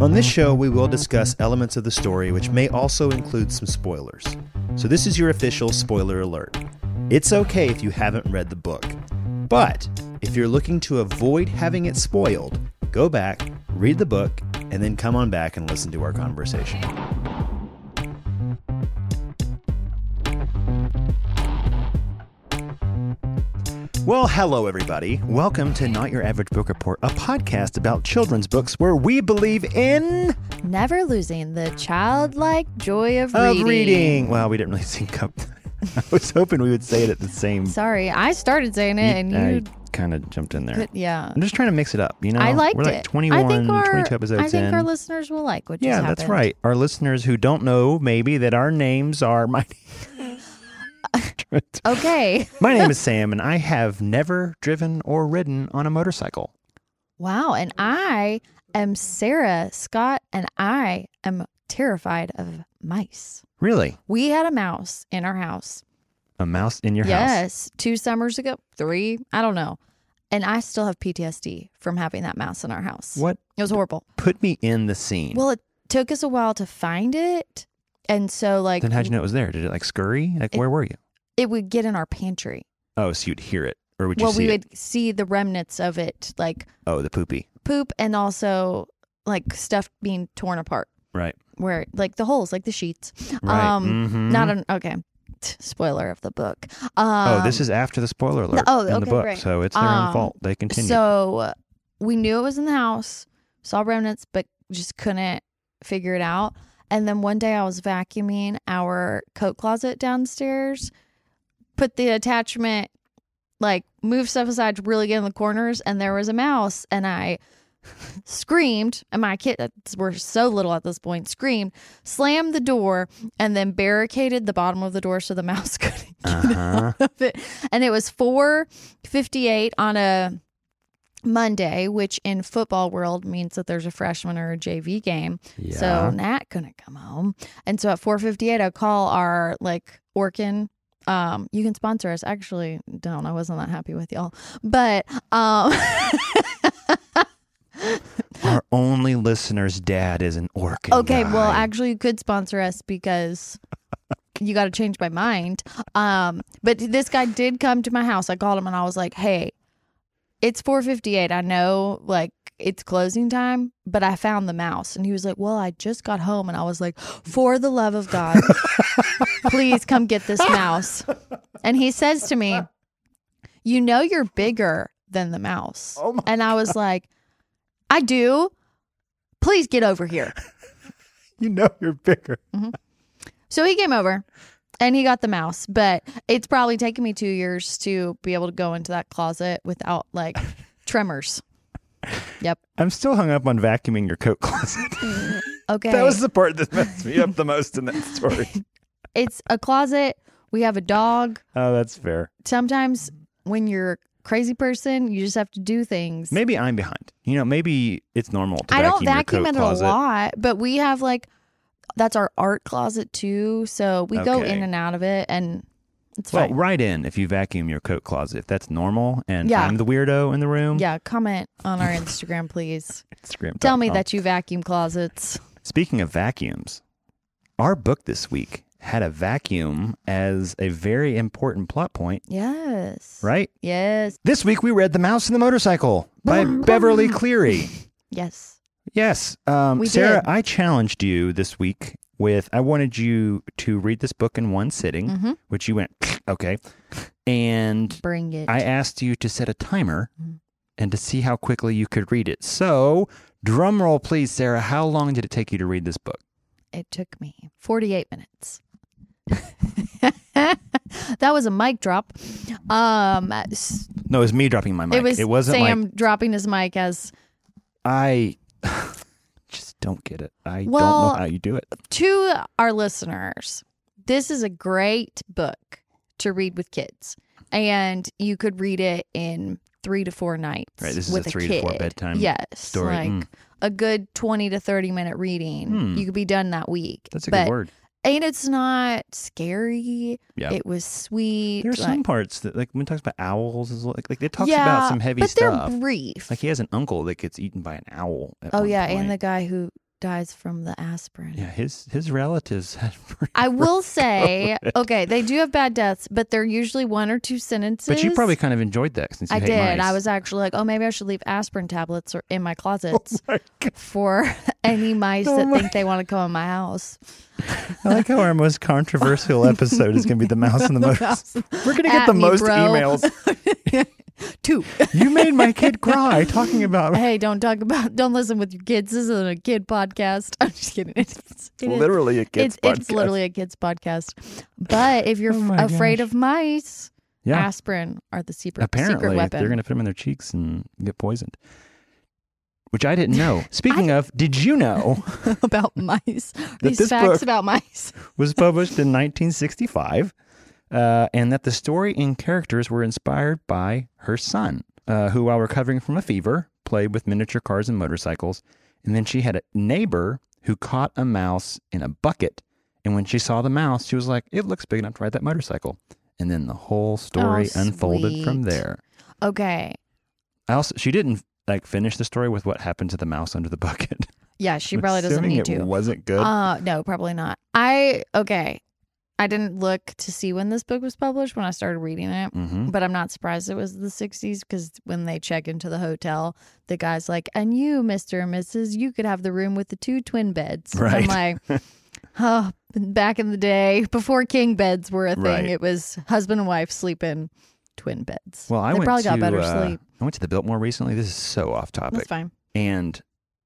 On this show, we will discuss elements of the story which may also include some spoilers. So, this is your official spoiler alert. It's okay if you haven't read the book. But if you're looking to avoid having it spoiled, go back, read the book, and then come on back and listen to our conversation. Well, hello, everybody. Welcome to Not Your Average Book Report, a podcast about children's books where we believe in Never losing the childlike joy of, of reading. reading. Well, we didn't really sync up. I was hoping we would say it at the same. Sorry, I started saying it and I you. kind of jumped in there. could- yeah. I'm just trying to mix it up. You know, I liked we're like it. 21, I think our, 22 episodes I think in. our listeners will like what yeah, just happened. that's right. Our listeners who don't know maybe that our names are my. Okay. my name is Sam, and I have never driven or ridden on a motorcycle. Wow. And I am Sarah Scott, and I am terrified of mice. Really, We had a mouse in our house. a mouse in your house? yes. Two summers ago, three, I don't know. And I still have PTSD from having that mouse in our house. What It was horrible. put me in the scene? Well, it took us a while to find it. And so, like, then how'd you know it was there? Did it like scurry? Like It- where were you? it would get in our pantry. Oh, so you'd hear it, or would you well, see we it? would see the remnants of it, like Oh, the poopy. poop and also like stuff being torn apart, Right. where like the holes, like the sheets. Right. Um, Mhm. Not an okay. Spoiler of the book. Um, Oh, this is after the spoiler alert oh, in the okay, book, great. so it's their own Um, fault. They continue. So we knew it was in the house, saw remnants, but just couldn't figure it out. And then one day I was vacuuming our coat closet downstairs, put the attachment, like move stuff aside to really get in the corners, and there was a mouse. And I screamed, and my kids were so little at this point, screamed, slammed the door, and then barricaded the bottom of the door so the mouse couldn't get Uh-huh. out of it. And it was 458 on a Monday, which in football world means that there's a freshman or a JV game. So Nat couldn't come home. And so at 458, I call our like Orkin. Um, you can sponsor us. Actually, don't. I wasn't that happy with y'all. But um Our only listener's dad is an orc. Okay, well, actually, you could sponsor us because you got to change my mind. Um, but this guy did come to my house. I called him and I was like, "Hey, it's 4:58. I know, like." It's closing time, but I found the mouse. And he was like, Well, I just got home. And I was like, For the love of God, please come get this mouse. And he says to me, You know, you're bigger than the mouse. Oh my and I was like, I do. Please get over here. you know you're bigger. So he came over and he got the mouse, but it's probably taken me two years to be able to go into that closet without like tremors. Yep. I'm still hung up on vacuuming your coat closet. Okay. that was the part that messed me up the most in that story. it's a closet. We have a dog. Oh, that's fair. Sometimes when you're a crazy person, you just have to do things. Maybe I'm behind. You know, maybe it's normal to I don't vacuum, vacuum your it coat closet. a lot, but we have like that's our art closet too. So we go Okay. in and out of it and it's Well, fine. write in if you vacuum your coat closet. If that's normal and Yeah. I'm the weirdo in the room. Yeah, comment on our Instagram, please. Instagram. Tell me that. that you vacuum closets. Speaking of vacuums, our book this week had a vacuum as a very important plot point, Yes. right? Yes. This week we read The Mouse and the Motorcycle by Beverly Cleary. Yes. Yes. Um, We Sarah, did. I challenged you this week with I wanted you to read this book in one sitting, Mm-hmm. which you went, okay. And Bring it. I asked you to set a timer Mhm. and to see how quickly you could read it. So, drum roll, please, Sarah. How long did it take you to read this book? it took me 48 minutes. that was a mic drop. Um, s- No, it was me dropping my mic. it was wasn't like Sam dropping his mic as I just don't get it. I don't Well- know how you do it. to our listeners. This is a great book to read with kids, and you could read it in three to four nights. Right, this is with a three to four kid. bedtime Yes, story. like Mm. a good twenty to thirty minute reading. Hmm. You could be done that week. That's a but good word. and it's not scary. Yeah. It was sweet. There's like- some parts that, like, when it talks about owls, is like, like it talks yeah, about some heavy but stuff. they're brief. Like, he has an uncle that gets eaten by an owl. At oh one yeah, point. and the guy who dies from the aspirin. Yeah, his his relatives had. pretty I rough will say, go with it. okay, they do have bad deaths, but they're usually one or two sentences. But you probably kind of enjoyed that since you I hate did. I mice. Oh was actually like, oh, maybe I should leave aspirin tablets or in my closets my God. for any mice Oh that my- think they want to come in my house. I like how our most controversial episode is going to be the mouse and the mouse. We're going to get At the me, most bro. emails. Two. You made my kid cry talking about hey, don't talk about, don't listen with your kids. This isn't a kid podcast. I'm just kidding. It's, it is- literally a kid's it's, it's podcast. literally a kids podcast. But if you're Oh f- my afraid gosh. of mice, yeah. aspirin are the secret, Apparently, secret weapon. they're going to put them in their cheeks and get poisoned, which I didn't know. Speaking of, did you know about mice. this These facts book- about mice. was published in 1965, uh, and that the story and characters were inspired by her son, uh, who, while recovering from a fever, played with miniature cars and motorcycles. And then she had a neighbor who caught a mouse in a bucket. And when she saw the mouse, she was like, "It looks big enough to ride that motorcycle." And then the whole story Oh, unfolded from sweet. there. Okay. I also she didn't like finish the story with what happened to the mouse under the bucket. Yeah, she probably doesn't Assuming need it to. Wasn't good. Uh no, probably not. I okay. I didn't look to see when this book was published when I started reading it, hmm but I'm not surprised it was the 60s because when they check into the hotel, the guy's like, "And you, Mister and Mrs., you could have the room with the two twin beds." Right. I'm like, oh, back in the day before king beds were a thing, Right. it was husband and wife sleeping twin beds. Well, I they went probably to got better uh, sleep. I went to the Biltmore recently. This is so off That's topic. fine. And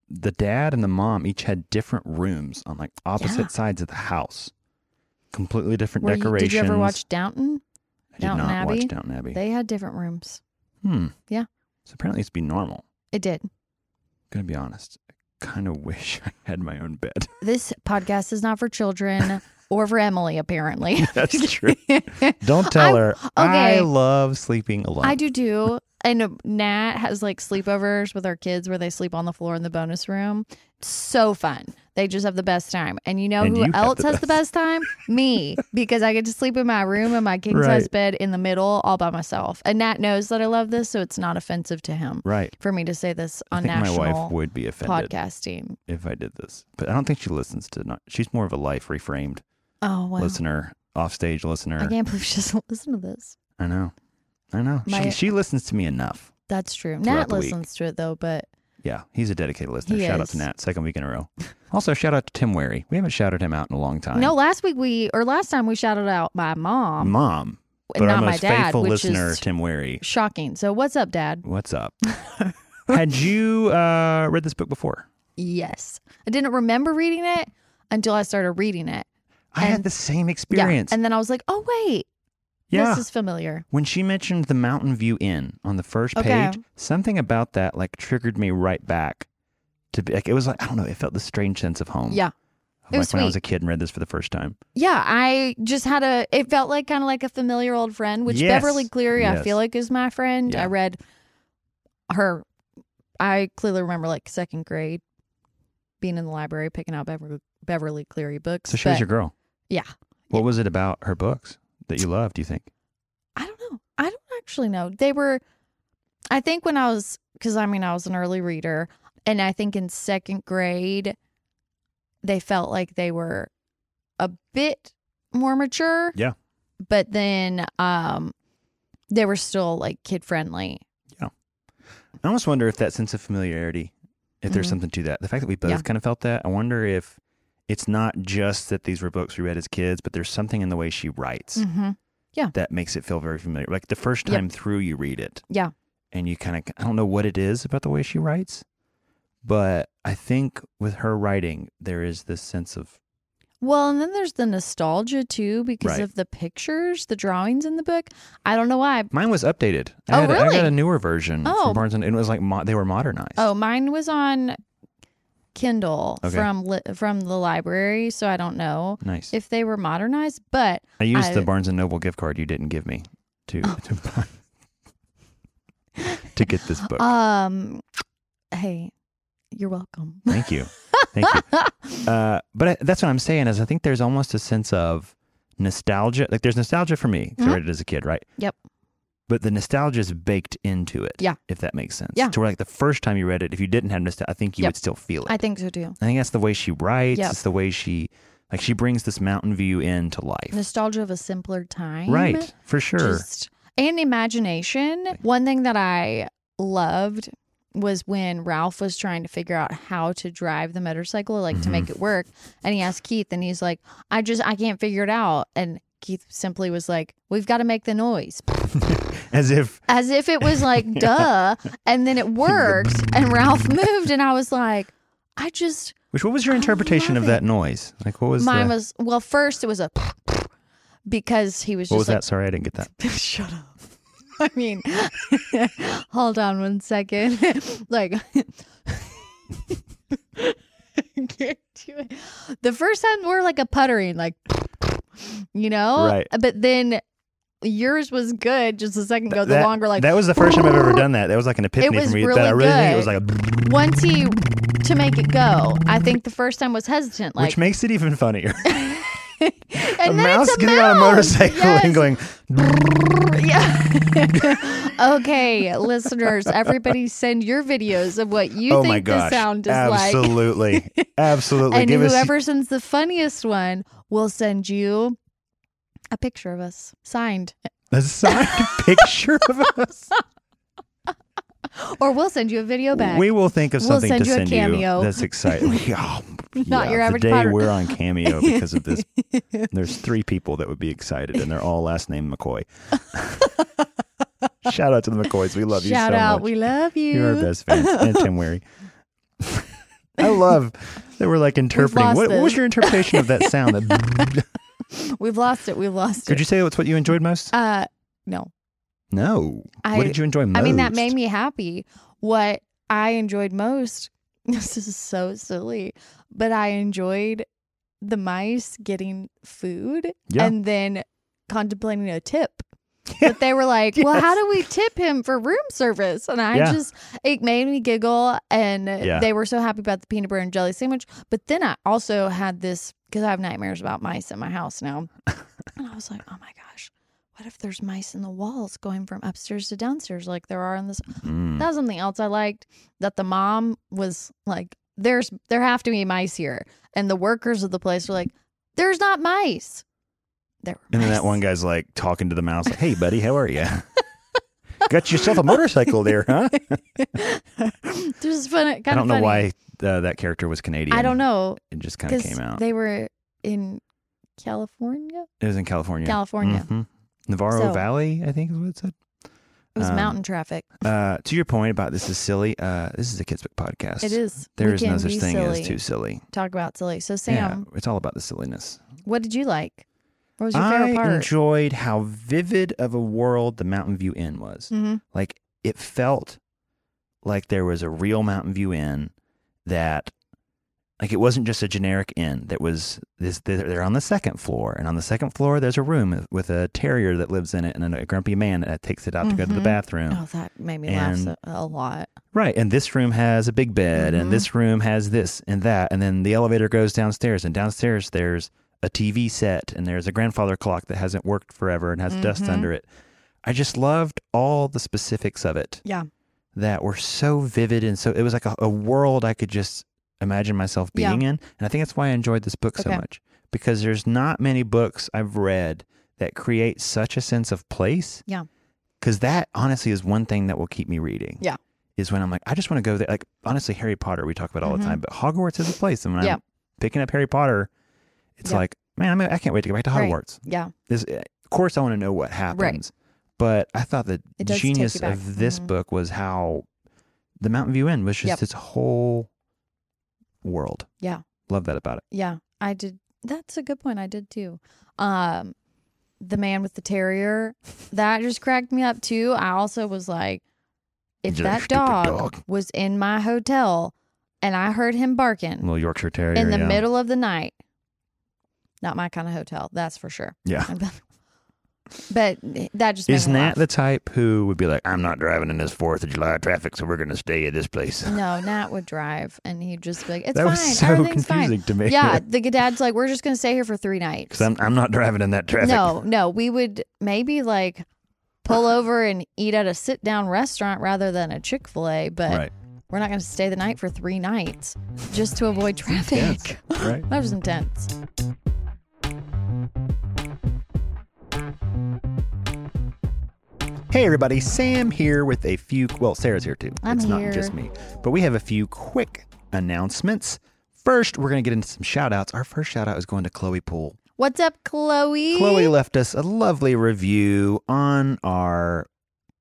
the dad and the mom each had different rooms on like opposite Yeah. sides of the house. Completely different Were you- decorations. did you ever watch Downton? I did Downton not watch Abbey? Downton Abbey. They had different rooms. hmm. Yeah. So apparently it's be normal. It did. Gonna be honest. I kind of wish I had my own bed. This podcast is not for children or for Emily, apparently. That's true. Don't tell I'm- her. I okay. love sleeping alone. I do do. And uh, Nat has like sleepovers with our kids where they sleep on the floor in the bonus room. So fun. They just have the best time. And you know And who you have else the has the best time? Me, because I get to sleep in my room in my king size Right. bed in the middle all by myself. And Nat knows that I love this, so it's not offensive to him Right. for me to say this I on think my national wife would be offended. podcasting. if I did this, but I don't think she listens to. Not, she's more of a life reframed Oh, wow. listener, offstage listener. I can't believe she doesn't listen to this. I know, I know. My- she, she listens to me enough. That's true. Throughout Nat the week. listens to it though, but Yeah, he's a dedicated listener. He shout out to is. Nat, second week in a row. Also, shout out to Tim Wary. We haven't shouted him out in a long time. no. Last week we or last time we shouted out my mom, mom, but and our um, not most my dad, faithful which listener, is Tim Wary. shocking. So what's up, Dad? What's up? Had you uh, read this book before? Yes, I didn't remember reading it until I started reading it. I had And- the same experience. Yeah, and then I was like, oh wait, Yeah. this is familiar. When she mentioned the Mountain View Inn on the first Okay. page, something about that like triggered me right back to be like it was like I don't know, it felt this strange sense of home. Yeah, Of, it like was when I was sweet. a kid and read this for the first time. yeah. I just had a. It felt like kind of like a familiar old friend, which Yes. Beverly Cleary Yes. I feel like is my friend. Yeah. I read her. I clearly remember like second grade, being in the library picking out Beverly, Beverly Cleary books. So she was but- your girl. Yeah. What was it about her books that you loved, do you think? I don't know. I don't actually know. They were, I think when I was, because I mean, I was an early reader, and I think in second grade, they felt like they were a bit more mature. Yeah. But then um, they were still like kid friendly. I almost wonder if that sense of familiarity, if there's Mhm. something to that. The fact that we both Yeah. kind of felt that, I wonder if it's not just that these were books we read as kids, but there's something in the way she writes Mm-hmm. that makes it feel very familiar. Like the first Yep. time through, you read it. Yeah. And you kind of, I don't know what it is about the way she writes, but I think with her writing, there is this sense of, Well, and then there's the nostalgia too because Right. of the pictures, the drawings in the book. I don't know why. mine was updated. Oh, I, had a, I got really? a newer version Oh. from Barnes and, and it was like, mo- they were modernized. Oh, mine was on Kindle Okay. from li- from the library, so I don't know. Nice. if they were modernized, but I used the I- Oh. Barnes and Noble gift card you didn't give me to, to buy. To get this book. um hey, you're welcome. Thank you. Thank you. Uh, but I, that's what I'm saying is I think there's almost a sense of nostalgia. Like there's nostalgia for me. 'cause I Mhm. read it as a kid, right? Yep. but the nostalgia is baked into it. Yeah. If that makes sense. Yeah. To where like the first time you read it, if you didn't have nostalgia, I think you Yep. would still feel it. I think so too. I think that's the way she writes. Yep. It's the way she like she brings this mountain view into life. Nostalgia of a simpler time. right. For sure. Just, and imagination. One thing that I loved was when Ralph was trying to figure out how to drive the motorcycle, like to Mhm. make it work. And he asked Keith, and he's like, I just, I can't figure it out. And Keith simply was like, We've got to make the noise. As if As if it was like, duh. And then it worked. And Ralph moved. And I was like, I just, which what was your I interpretation love of that noise? Like what was mine the, was, well, first it was a because he was what just was like, that? Sorry, I didn't get that. Shut up. I mean, hold on one second. like, can't do it. The first time we're like a puttering, like, you know? Right. But then yours was good just a second ago. The that, longer, like, that was the first time I've ever done that. That was like an epiphany was for me. really that I really think it good. was like a once he, to make it go, I think the first time was hesitant. Like, which makes it even funnier. and a then mouse it's a getting on mouse. a motorcycle Yes. and going, Yeah. okay, listeners, everybody send your videos of what you "Oh think my gosh, the sound is like. absolutely, absolutely." And Give us whoever sends the funniest one will send you a picture of us signed. a signed picture of us. Or we'll send you a video back. We will think of We'll something send to you a send cameo. you. That's exciting. Oh, Yeah, Not your average Today Potter. we're on cameo because of this. There's three people that would be excited, and they're all last name McCoy. Shout out to the McCoys. We love you Shout so out. much. We love you. You're our best fans. And Tim Weary. I love that we're like interpreting. lost What, what was this. your interpretation of that sound? That- We've lost it. We've lost Could it. you say that's what you enjoyed most? uh no. No. I- what did you enjoy most? I mean, that made me happy. What I enjoyed most, this is so silly, but I enjoyed the mice getting food Yeah. and then contemplating a tip. But they were like, well, how do we tip him for room service? And I Yeah. just, it made me giggle. And Yeah. they were so happy about the peanut butter and jelly sandwich. But then I also had this, because I have nightmares about mice in my house now. And I was like, oh my gosh, what if there's mice in the walls going from upstairs to downstairs like there are in this? Mm. That was something else I liked that the mom was like, there's, there have to be mice here. And the workers of the place were like, there's not mice. There were And then that mice. one guy's like talking to the mouse, like, "Hey, buddy, how are you? Got yourself a motorcycle there, huh?" this is fun. Kind I of don't know funny. why uh, that character was Canadian. I don't know It just kind of because came out. they were in California. it was in California. California. Mhm. Navarro So- Valley, I think is what it said. It was Um, mountain traffic. Uh, to your point about this is silly. Uh, this is a kids book podcast. It is. There We is can no such be thing silly. as too silly. talk about silly. So Yeah, Sam, it's all about the silliness. what did you like? What was your I favorite part? enjoyed how vivid of a world the Mountain View Inn was. hmm Like it felt like there was a real Mountain View Inn that like it wasn't just a generic inn that was this they're they're on the second floor and on the second floor there's a room with a terrier that lives in it and a grumpy man that takes it out to go to the Mhm. bathroom. Oh, that made me And- laugh so, a lot. Right. And this room has a big bed, Mhm. and this room has this and that. And then the elevator goes downstairs, and downstairs there's a TV set, and there's a grandfather clock that hasn't worked forever and has dust Mhm. under it. I just loved all the specifics of it Yeah. that were so vivid. And so it was like a, a world I could just imagine myself Yeah. being in. And I think that's why I enjoyed this book so Okay. much because there's not many books I've read that create such a sense of place. Yeah. Because that honestly is one thing that will keep me reading. Yeah. Is when I'm like, I just want to go there. Like, honestly, Harry Potter, we talk about all Mhm. the time, but Hogwarts is a place. And when Yeah. I'm picking up Harry Potter, it's Yeah. like, man, I'm, I can't wait to go back to Right. Hogwarts. Yeah. This, eh, of course, I want to know what happens. But I thought the It does take you genius back. of this Mhm. book was how the Mountain View Inn was just Yep. this whole world. Yeah. Love that about it. Yeah. I did. That's a good point. I did too. Um, the man with the terrier that just cracked me up too. I also was like, if You that stupid dog, dog. was in my hotel and I heard him barking Little Yorkshire Terrier. Mm-hmm. in the yeah. middle of the night, not my kind of hotel, that's for sure. Yeah. but that just made Isn't me that the laugh. type who would be like, I'm not driving in this 4th of July traffic, so we're going to stay at this place? no, Nat would drive and he'd just be like, it's that fine. was so Everything's fine. confusing to me. Yeah, the dad's like, we're just gonna stay here for three nights. Because I'm, I'm not driving in that traffic. No, no, we would maybe like pull over and eat at a sit down restaurant rather than a Chick fil A, but Right. we're not going to stay the night for three nights just to avoid traffic. Yes. Right. That was intense. Hey everybody, Sam here with a few. Well, Sarah's here too. I'm it's here. not just me, but we have a few quick announcements. First, we're going to get into some shout outs. Our first shout out is going to Chloe Poole. What's up, Chloe? Chloe left us a lovely review on our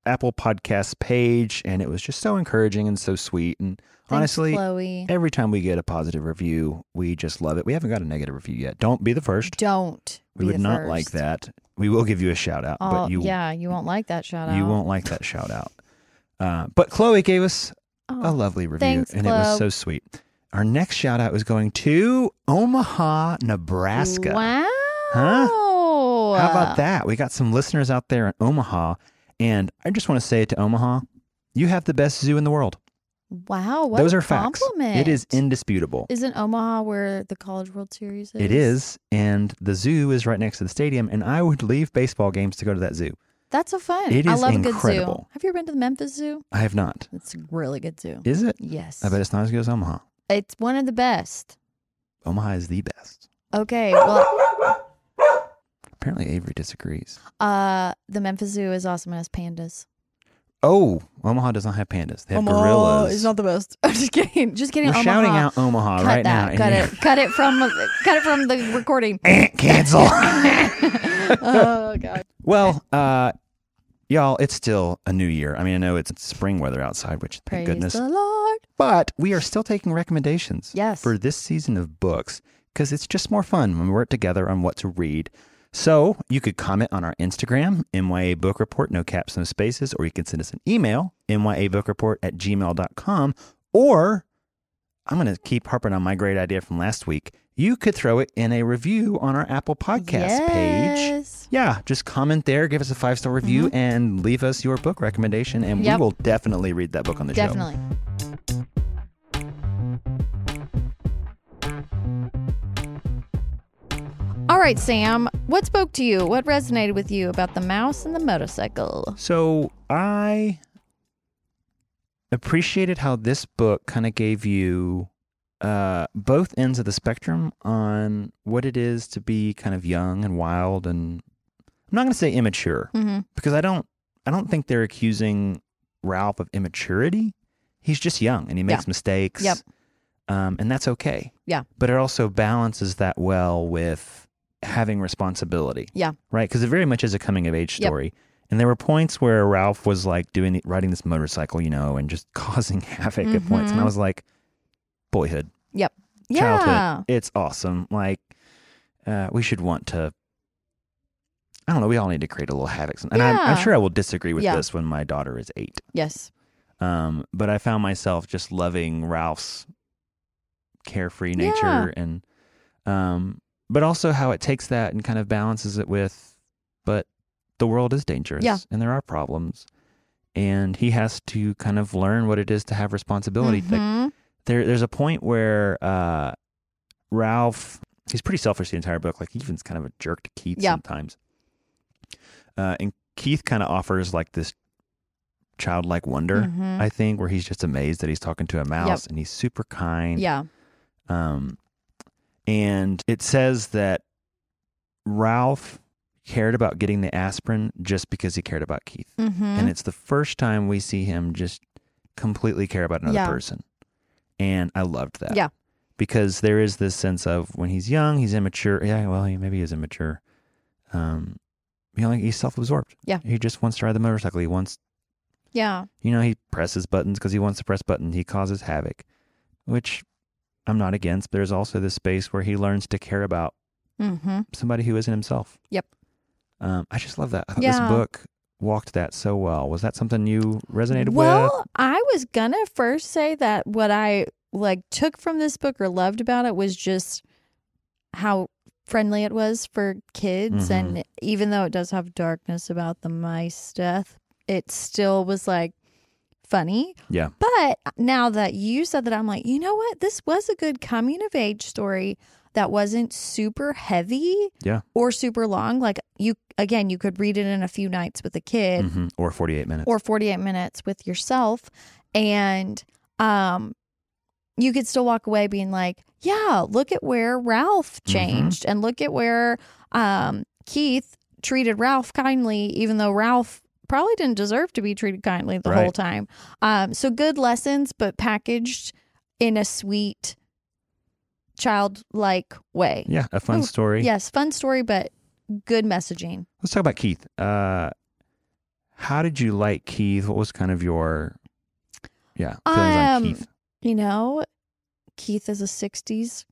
Apple Podcast page, and it was just so encouraging and so sweet. And Thanks, honestly, Chloe. every time we get a positive review, we just love it. We haven't got a negative review yet. Don't be the first. Don't. We be would the not first. like that. We will give you a shout out, Oh, but you yeah, you won't like that shout out. you won't like that shout out. Uh, but Chloe gave us a Oh, lovely review, thanks, and it was Chloe. so sweet. Our next shout out is going to Omaha, Nebraska. Wow. Huh? How about that? We got some listeners out there in Omaha, and I just want to say to Omaha, you have the best zoo in the world. Wow. What Those a are facts. Compliment. It is indisputable. Isn't Omaha where the College World Series is? It is, and the zoo is right next to the stadium, and I would leave baseball games to go to that zoo. That's so fun. It I is love a good zoo. incredible. Have you ever been to the Memphis Zoo? I have not. It's a really good zoo. Is it? yes. I bet it's not as good as Omaha. It's one of the best. Omaha is the best. Okay. Well, Apparently, Avery disagrees. uh, the Memphis Zoo is awesome. It has pandas. Oh, Omaha does not have pandas. They have Omaha gorillas. is not the best. I'm just kidding. Just kidding. We're Omaha. shouting out Omaha Cut right that. now. Cut it. Cut it from. cut it from the recording. it. Cancel. oh god. well, uh, y'all, it's still a new year. I mean, I know it's spring weather outside, which Praise thank goodness. the Lord. But we are still taking recommendations. Yes. For this season of books, because it's just more fun when we work together on what to read. So you could comment on our Instagram, MYA Book Report, no caps, no spaces, or you can send us an email, myabookreport at gmail.com. Or I'm going to keep harping on my great idea from last week. You could throw it in a review on our Apple Podcast page. yes. Mm-hmm. Yeah, just comment there, give us a five star review, and leave us your book recommendation, and Yep. we will definitely read that book on the show. Definitely. All right, Sam. What spoke to you? What resonated with you about the mouse and the motorcycle? So I appreciated how this book kind of gave you uh, both ends of the spectrum on what it is to be kind of young and wild, and I'm not going to say immature Mm-hmm. because I don't I don't think they're accusing Ralph of immaturity. He's just young and he makes mistakes. Yep. Um, and that's okay. Yeah. But it also balances that well with having responsibility. Yeah. Right. Because it very much is a coming of age Yep. story. And there were points where Ralph was like doing riding this motorcycle, you know, and just causing havoc at points. And I Mhm. was like, boyhood childhood. Yeah. It's awesome. Like uh, we should want to. I don't know. We all need to create a little havoc. And I'm, Yeah. I'm sure I will disagree with Yeah. this when my daughter is eight. Yes. Um, but I found myself just loving Ralph's carefree nature Yeah. and, um, but also how it takes that and kind of balances it with, but the world is dangerous Yeah. and there are problems, and he has to kind of learn what it is to have responsibility. Like Mhm. there there's a point where uh Ralph he's pretty selfish the entire book. Like he even's kind of a jerk to Keith Yeah. sometimes. Uh and Keith kind of offers like this childlike wonder, Mhm. I think, where he's just amazed that he's talking to a mouse and he's super kind. Yeah. Um and it says that Ralph cared about getting the aspirin just because he cared about Keith Mm-hmm. and it's the first time we see him just completely care about another Yeah. person and i loved that Yeah. because there is this sense of when he's young he's immature yeah well he maybe is immature um you know like he's self-absorbed Yeah. he just wants to ride the motorcycle he wants yeah. you know he presses buttons because he wants to press buttons he causes havoc which i'm not against but there's also this space where he learns to care about Mm-hmm. somebody who isn't himself Yep. um, i just love that i thought Yeah. this book walked that so well was that something you resonated with Well, I was gonna first say that what I like took from this book or loved about it was just how friendly it was for kids Mm-hmm. and even though it does have darkness about the mice death, it still was like funny. Yeah. But now that you said that I'm like, you know what? This was a good coming of age story that wasn't super heavy Yeah. or super long. Like you again, you could read it in a few nights with a kid Mhm. Or 48 minutes. or 48 minutes with yourself and um you could still walk away being like, yeah, look at where Ralph changed and look at where um Keith treated Ralph kindly even though Ralph probably didn't deserve to be treated kindly the whole Right. time. Um so good lessons but packaged in a sweet childlike way. yeah. A fun Oh, story. Yes, fun story but good messaging. Let's talk about Keith. Uh, how did you like Keith? What was kind of your yeah feelings on Um, Keith? You know, Keith is a 60s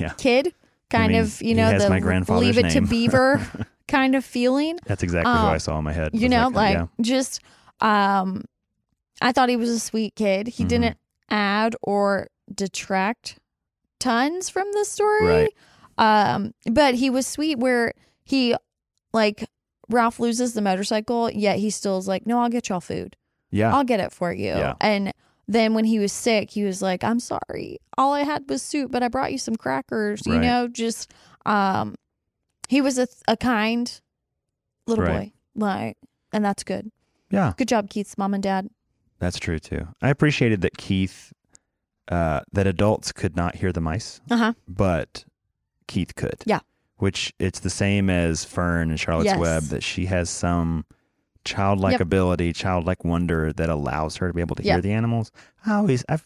Yeah, kid kind mean, of you he know has the my grandfather's leave it to name. beaver kind of feeling that's exactly who um, I saw in my head. you was know like yeah. just um i thought he was a sweet kid he Mhm. didn't add or detract tons from the story Right. um but he was sweet where he like ralph loses the motorcycle yet he still is like no i'll get y'all food yeah, I'll get it for you. Yeah. And then when he was sick, he was like, I'm sorry. All I had was soup, but I brought you some crackers. You Right. know, just um he was a, a kind little Right. boy. Like and that's good. yeah, Good job, Keith's mom and dad. that's true too. I appreciated that Keith, uh, that adults could not hear the mice, Uh-huh. but Keith could. Yeah. which it's the same as Fern and Charlotte's Yes. Web that she has some childlike Yep. ability, childlike wonder that allows her to be able to Yeah. hear the animals. I always, I've,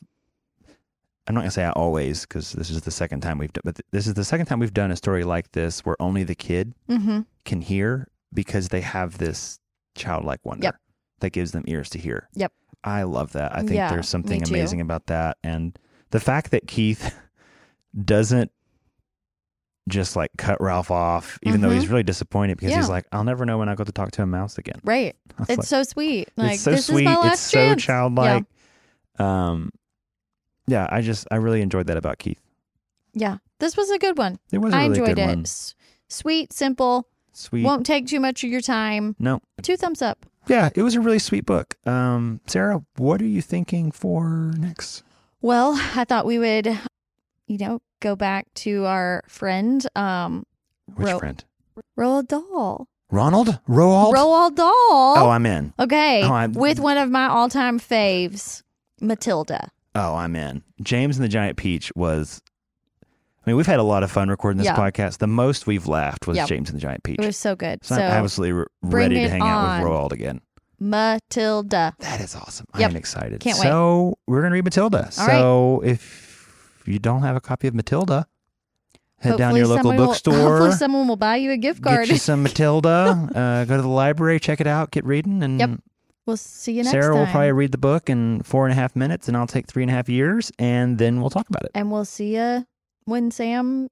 I'm not gonna say I always because this is the second time we've done, but th- this is the second time we've done a story like this where only the kid Mm-hmm. can hear because they have this childlike wonder Yep. that gives them ears to hear. Yep. I love that. I think Yeah, there's something me too. amazing about that. And the fact that Keith doesn't just like cut Ralph off, even though he's really disappointed because he's Mm-hmm. Yeah. like, I'll never know when I go to talk to a mouse again. Right. I was It's like, so sweet. Like it's so this sweet. is my last it's so chance. childlike. Um, yeah, I just, I really enjoyed that about Keith. Yeah. This was a good one. It was a I really enjoyed good it. one. S- Sweet, simple, Sweet. won't take too much of your time. no, Two thumbs up. yeah, it was a really sweet book. Um, Sarah, what are you thinking for next? Well, I thought we would, you know, go back to our friend, um, Which Ro- friend? Roald Dahl. Ronald? Roald? Roald Dahl. oh, I'm in. okay. oh, I'm- With one of my all time faves, Matilda. Oh, I'm in. James and the Giant Peach was. I mean, we've had a lot of fun recording this Yeah. podcast. The most we've laughed was Yeah. James and the Giant Peach. It was so good. so, So, I'm absolutely re- bring ready to it hang out with on. Roald again. Matilda. That is awesome. Yep. I'm excited. Can't wait. so we're gonna read Matilda. All so if you don't have a copy of Matilda, head down to your local somebody will- bookstore. hopefully, someone will buy you a gift card. Get you some Matilda. uh, go to the library, check it out, get reading, and Yep. we'll see you next Sarah time. will probably read the book in four and a half minutes, and I'll take three and a half years, and then we'll talk about it. and we'll see you when Sam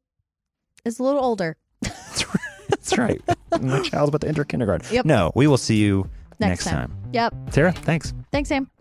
is a little older. That's right. My child's about to enter kindergarten. Yep. No, we will see you next, Next time. time. Yep. Sarah, thanks. Thanks, Sam.